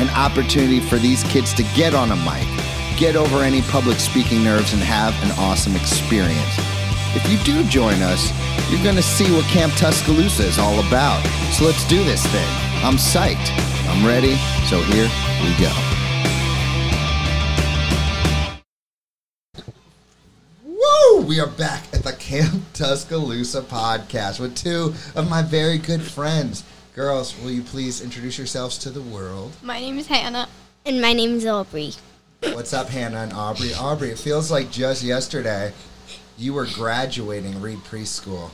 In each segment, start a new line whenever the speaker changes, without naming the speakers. An opportunity for these kids to get on a mic, get over any public speaking nerves, and have an awesome experience. If you do join us, you're going to see what Camp Tuscaloosa is all about. So let's do this thing. I'm psyched. I'm ready. So here we go. Woo! We are back at the Camp Tuscaloosa podcast with two of my very good friends. Girls, will you please introduce yourselves to the world?
My name is Hannah.
And my name's Aubrey.
What's up, Hannah and Aubrey? Aubrey, it feels like just yesterday you were graduating Reed Preschool,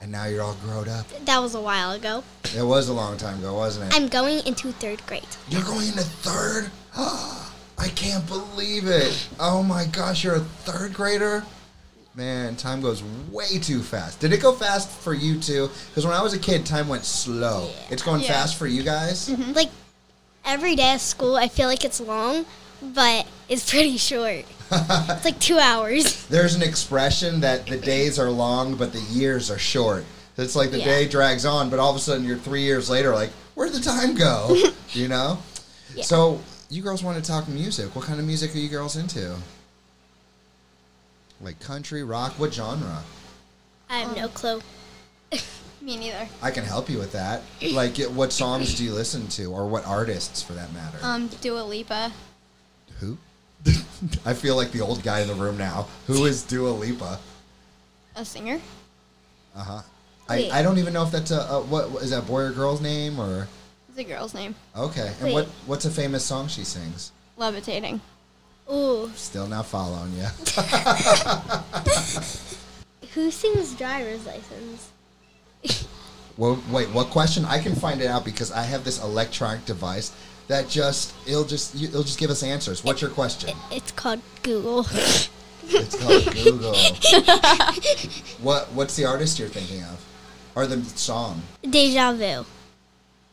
and now you're all grown up.
That was a while ago.
It was a long time ago, wasn't it?
I'm going into third grade.
You're going into third? Ah, I can't believe it. Oh my gosh, you're a third grader? Man, time goes way too fast. Did it go fast for you too? Because when I was a kid, time went slow. It's going
Yeah.
fast for you guys?
Like every day at school, I feel like it's long, but it's pretty short. it's like two hours.
There's an expression that the days are long, but the years are short. It's like the
Yeah.
day drags on, but all of a sudden you're three years later, like, where'd the time go? you know?
Yeah.
So, you girls want to talk music. What kind of music are you girls into? Like country, rock, what genre?
I have no clue.
Me neither.
I can help you with that. Like, it- what songs do you listen to, or what artists for that matter?
Uh.
Um, Dua Lipa.
Who? I feel like the old guy in the room now. Who is Dua Lipa?
A singer?
Uh huh.
Wait.
I, I don't even know if that's a, a what what- is that boy or girl's name or
It's a girl's name.
okay. And
Wait.
what what's a famous song she sings?
Levitating.
Ooh,
Still not following you.
who sings driver's license?
well, wait, what question? I can find it out because I have this electronic device that just it'll just you- it'll just give us answers. What's your question?
It's called Google.
It's called Google. what what's the artist you're thinking of? Or the song?
Deja vu.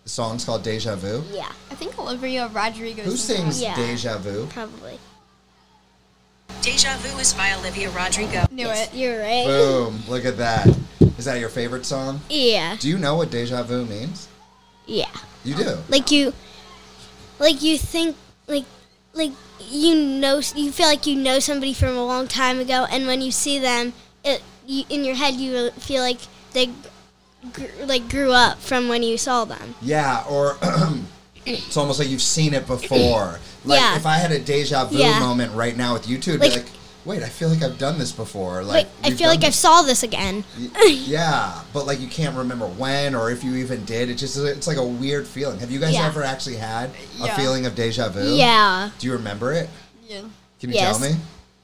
The song's called Deja Vu.
Yeah,
I think Olivia Rodrigo.
Who sings
Yeah.
Deja Vu?
probably.
Deja Vu is by Olivia Rodrigo.
Knew
Yes,
it.
You're right.
Boom! Look at that. Is that your favorite song?
Yeah,
Do you know what Deja Vu means?
yeah.
You do.
Like you, like you think, like, like you know, you feel like you know somebody from a long time ago, and when you see them, it you, in your head you feel like they, gr- like grew up from when you saw them.
Yeah, or it's almost like you've seen it before. Like
Yeah.
if I had a deja vu
Yeah.
moment right now with you two, it'd be
Like-
like, wait, I feel like I've done this before.
Like
Like
I
we've
feel
done
like I
this-
saw this again.
yeah, but like you can't remember when or if you even did. It just it's like a weird feeling. Have you guys
Yeah.
ever actually had a
Yeah.
feeling of deja vu?
Yeah.
Do you remember it?
Yeah.
Can you
Yes.
tell me?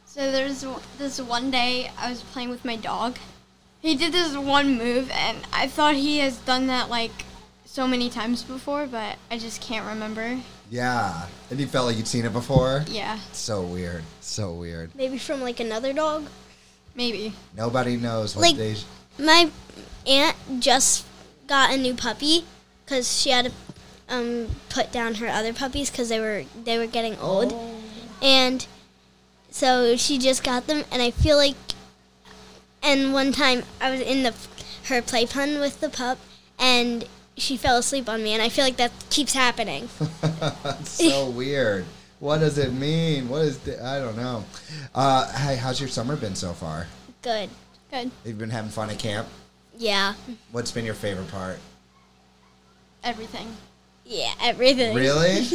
So there's w- this one day I was playing with my dog. He did this one move, and I thought he has done that like so many times before, but I just can't remember.
Yeah. And you felt like you'd seen it before?
Yeah,
So weird. So weird.
Maybe from like another dog.
maybe.
Nobody knows what
Like-
deja
My aunt just got a new puppy because she had to um, put down her other puppies because they were they were getting old, and so she just got them. And I feel like, and one time I was in the her play pun with the pup, and she fell asleep on me, and I feel like that keeps happening.
so weird. What does it mean? What is the, I don't know. Uh, hey, how's your summer been so far? Have
Good.
Good.
you been having fun at camp?
Yeah.
What's been your favorite part?
Everything.
Yeah. Everything.
Really?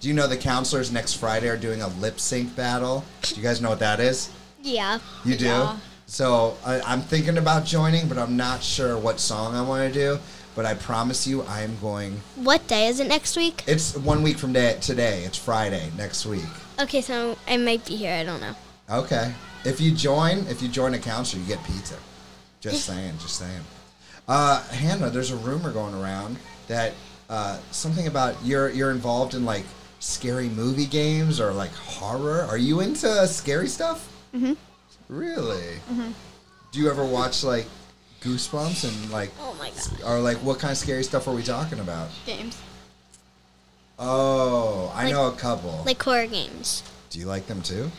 Do you know the counselors next Friday are doing a lip sync battle? Do you guys know what that is?
Yeah.
You do?
Yeah.
So I, I'm thinking about joining, but I'm not sure what song I want to do. But I promise you, I am going.
What day is it next week?
It's one week from day, today. It's Friday next week.
Okay, so I might be here. I don't know.
Okay. If you join, if you join a counselor, you get pizza. Just saying, just saying. Uh, Hannah, there's a rumor going around that uh, something about you're you're involved in like scary movie games or like horror? Are you into scary stuff? Mm-hmm. Really? Mm-hmm. Do you ever watch like Goosebumps and like,
Oh my god.
or like what kind of scary stuff are we talking about?
Games.
Oh, I
Like-
know a couple.
Like horror games.
Do you like them too?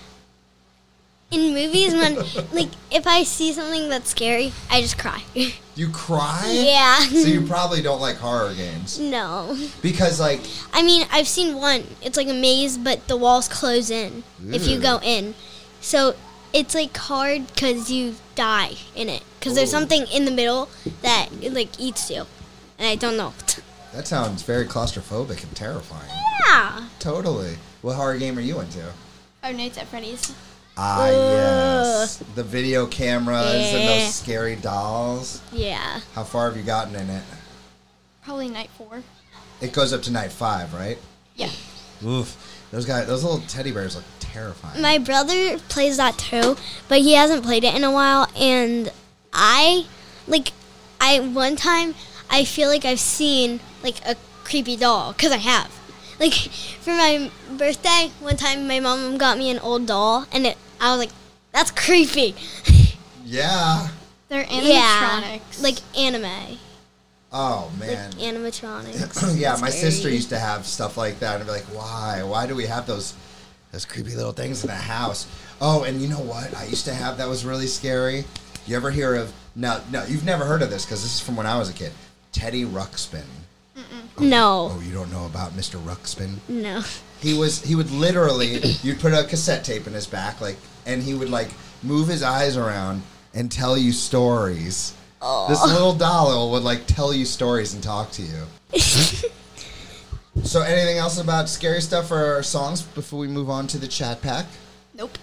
In movies, when like if I see something that's scary, I just cry.
You cry?
yeah.
So you probably don't like horror games
no.
because like
I mean, I've seen one. It's like a maze, but the walls close in if you
Ew.
go in. So it's like hard because you die in it because there's
Ooh.
something in the middle that it, like eats you, and I don't know.
that sounds very claustrophobic and terrifying.
Yeah.
Totally. What horror game are you into?
Oh, Nate's at Freddy's.
Ah, yes. The video cameras and
Yeah.
those scary dolls.
Yeah.
How far have you gotten in it?
Probably night four.
It goes up to night five, right?
Yeah.
Oof. Those guys, those little teddy bears look terrifying.
My brother plays that too, but he hasn't played it in a while. And I, like, I one time I feel like I've seen like a creepy doll because I have. Like for my birthday, one time my mom got me an old doll, and it I was like, that's creepy.
yeah.
They're animatronics.
yeah, like anime,
Oh man.
animatronics.
yeah, my
Scary.
sister used to have stuff like that, and I'd be like, "Why? Why do we have those those creepy little things in the house?" Oh, and you know what? I used to have that was really scary. You ever hear of? No, no, you've never heard of this because this is from when I was a kid. Teddy Ruxpin.
No,
Oh, you don't know about Mr. Ruxpin?
no.
he was he would literally you'd put a cassette tape in his back like and he would like move his eyes around and tell you stories this little doll would like tell you stories and talk to you so anything else about scary stuff or songs before we move on to the chat pack
Nope.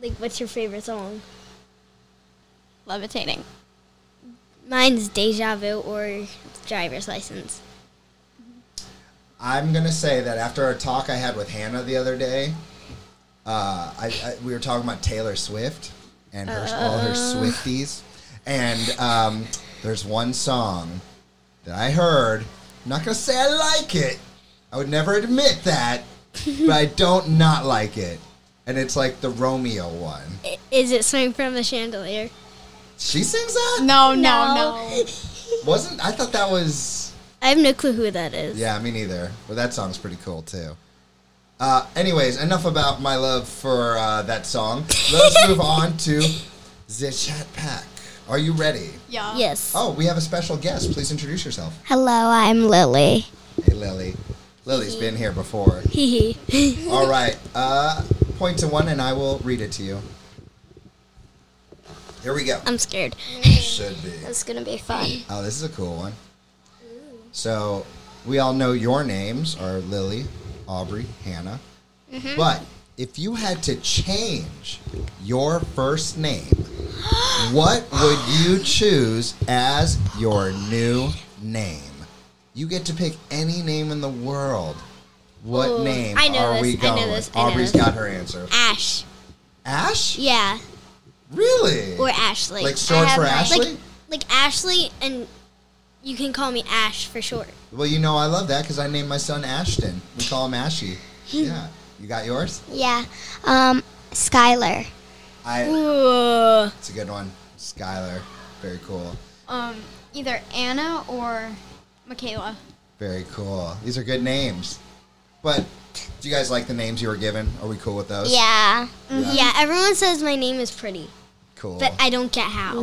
Like, what's your favorite song?
Levitating.
Mine's Deja Vu or Driver's License.
i'm gonna say that after a talk i had with hannah the other day uh, I, I, we were talking about taylor swift and her, all her swifties and um, there's one song that I heard. I'm not gonna say I like it. I would never admit that, but I don't not like it. And it's like the Romeo one.
I- Is it Swing from the Chandelier?
She sings that?
No, no, no.
Wasn't I thought that was
I have no clue who that is.
Yeah, me neither. But that song's pretty cool too. Uh, anyways, enough about my love for uh, that song. Let's move on to the chat pack. Are you ready?
Yeah.
Yes.
Oh, we have a special guest. Please introduce yourself.
Hello, I'm Lily.
Hey, Lily. Lily's been here before.
Hee hee.
All right. Uh, point to one, and I will read it to you. Here we go.
I'm scared.
Should be.
It's gonna be fun.
Oh, this is a cool one. So we all know your names are Lily, Aubrey, Hannah.
Mm-hmm.
But if you had to change your first name, what would you choose as your new name? You get to pick any name in the world. What
Ooh,
name
I know
are
this,
we
I know
going?
this,
with?
I know
Aubrey's
this.
got her answer.
Ash.
Ash?
Yeah.
Really?
Or Ashley.
Like short
I have
for
my-
Ashley?
Like, like Ashley, and you can call me Ash for short.
Well, you know I love that because I named my son Ashton. We call him Ashy.
Hmm.
yeah. You got yours?
Yeah. Um, Skylar.
I.
Ooh.
It's a good one. Skylar. Very cool.
Um, either Anna or Michaela.
Very cool. These are good names. But do you guys like the names you were given? Are we cool with those?
Yeah.
Yeah.
yeah. everyone says my name is pretty,
Cool.
but I don't get how.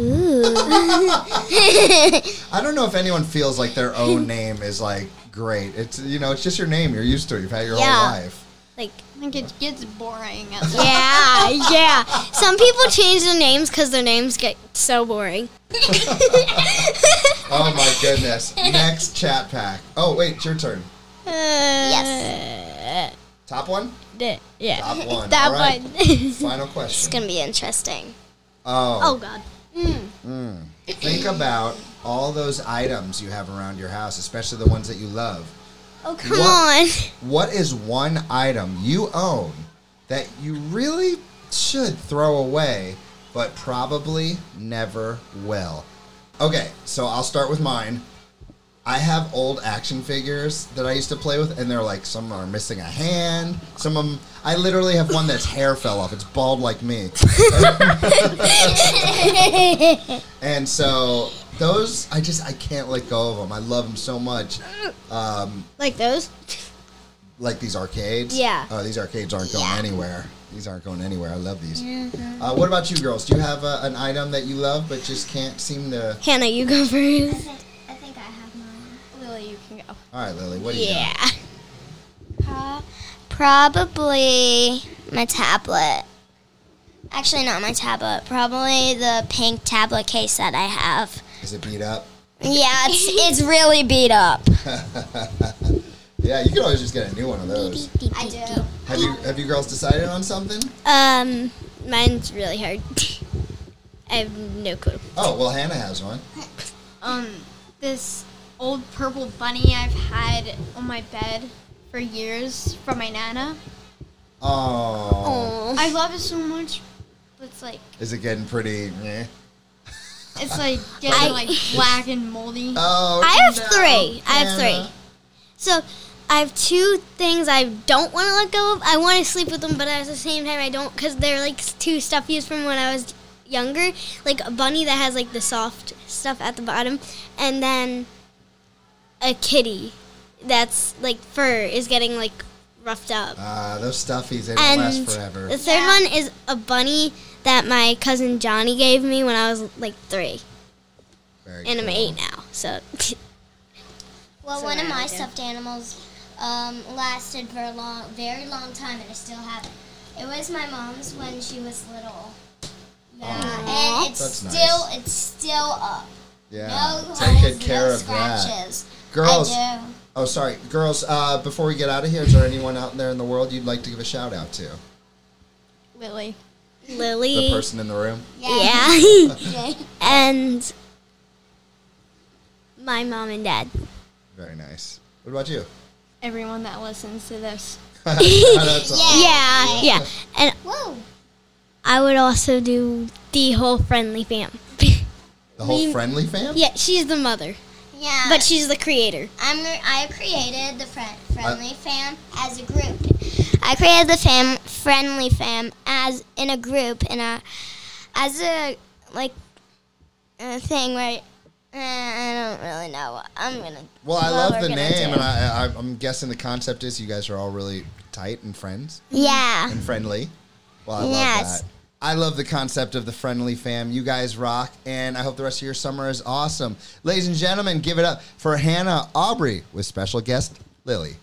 I don't know if anyone feels like their own name is like great. It's you know it's just your name. You're used to it. You've had your
Yeah.
whole life.
Like,
I think it gets boring. At some
yeah, yeah. Some people change their names because their names get so boring. Uh,
Oh my goodness. Next chat pack. Oh wait, it's your turn.
yes.
Top one.
Yeah.
Top one.
That
All right.
one. it's
Final question.
Gonna be interesting.
Oh God.
Think about all those items you have around your house, especially the ones that you love.
Oh come
What- What is one item you own that you really should throw away, but probably never will? Okay, so I'll start with mine. I have old action figures that I used to play with, and they're like some are missing a hand. Some of them, I literally have one that's hair fell off. It's bald like me, and so those I just I can't let go of them. I love them so much.
like those?
Like these arcades.
Yeah.
Oh, these arcades aren't going anywhere. These aren't going anywhere. I love these.
Mm-hmm.
Uh, what about you girls? Do you have uh, an item that you love but just can't seem to?
Hannah, you go first.
I think I have mine.
Lily, you can go.
All right, Lily. What do you? got?
Yeah.
Probably my tablet. Actually, not my tablet. Probably the pink tablet case that I have.
Is it beat up?
Yeah, it's it's really beat up.
Yeah, you could always just get a new one of those.
I do.
Have you have you girls decided on something?
Um, mine's really hard. I have no clue.
Oh well, Hannah has one.
Um, this old purple bunny I've had on my bed for years from my nana.
Oh,
I love it so much. It's like
is it getting pretty? meh?
it's like getting like black and moldy.
Oh,
I have
no,
three. I have
Hannah.
three. So I have two things I don't want to let go of. I want to sleep with them, but at the same time, I don't because they're like s- two stuffies from when I was younger, like a bunny that has like the soft stuff at the bottom, and then a kitty that's like fur is getting like roughed up.
Ah, those stuffies they don't
and
last forever.
the third one is a bunny that my cousin Johnny gave me when I was like three,
Very
and I'm
cool.
eight now. So
Well, one of my stuffed animals um, lasted for a long, very long time, and I still have it. It was my mom's when she was little. Yeah, and it's
That's nice.
still it's still up.
Yeah,
No
take
holes,
good care
no
of that,
scratches.
girls.
I do.
Oh, sorry, girls. Uh, before we get out of here, is there anyone out there in the world you'd like to give a shout out to?
Lily.
The
Lily.
person in the room.
Yeah. and my mom and dad.
Very nice. What about you?
Everyone that listens to this.
That's all.
Yeah. Yeah. And
Whoa.
I would also do the whole friendly fam.
The whole
We-
friendly fam.
yeah, she's the mother,
Yeah.
but she's the creator.
I'm re- I created the friend friendly fam as a group.
I created the fam friendly fam as in a group in a as a like a thing where eh, I don't really know what I'm gonna.
Well, I
what
love
we're
the
gonna
name,
do.
and I, I, I'm guessing the concept is you guys are all really tight and friends.
yeah.
and friendly. Well, I love
Yes.
that. I love the concept of the friendly fam. You guys rock, and I hope the rest of your summer is awesome. Ladies and gentlemen, give it up for Hannah Aubrey with special guest Lily.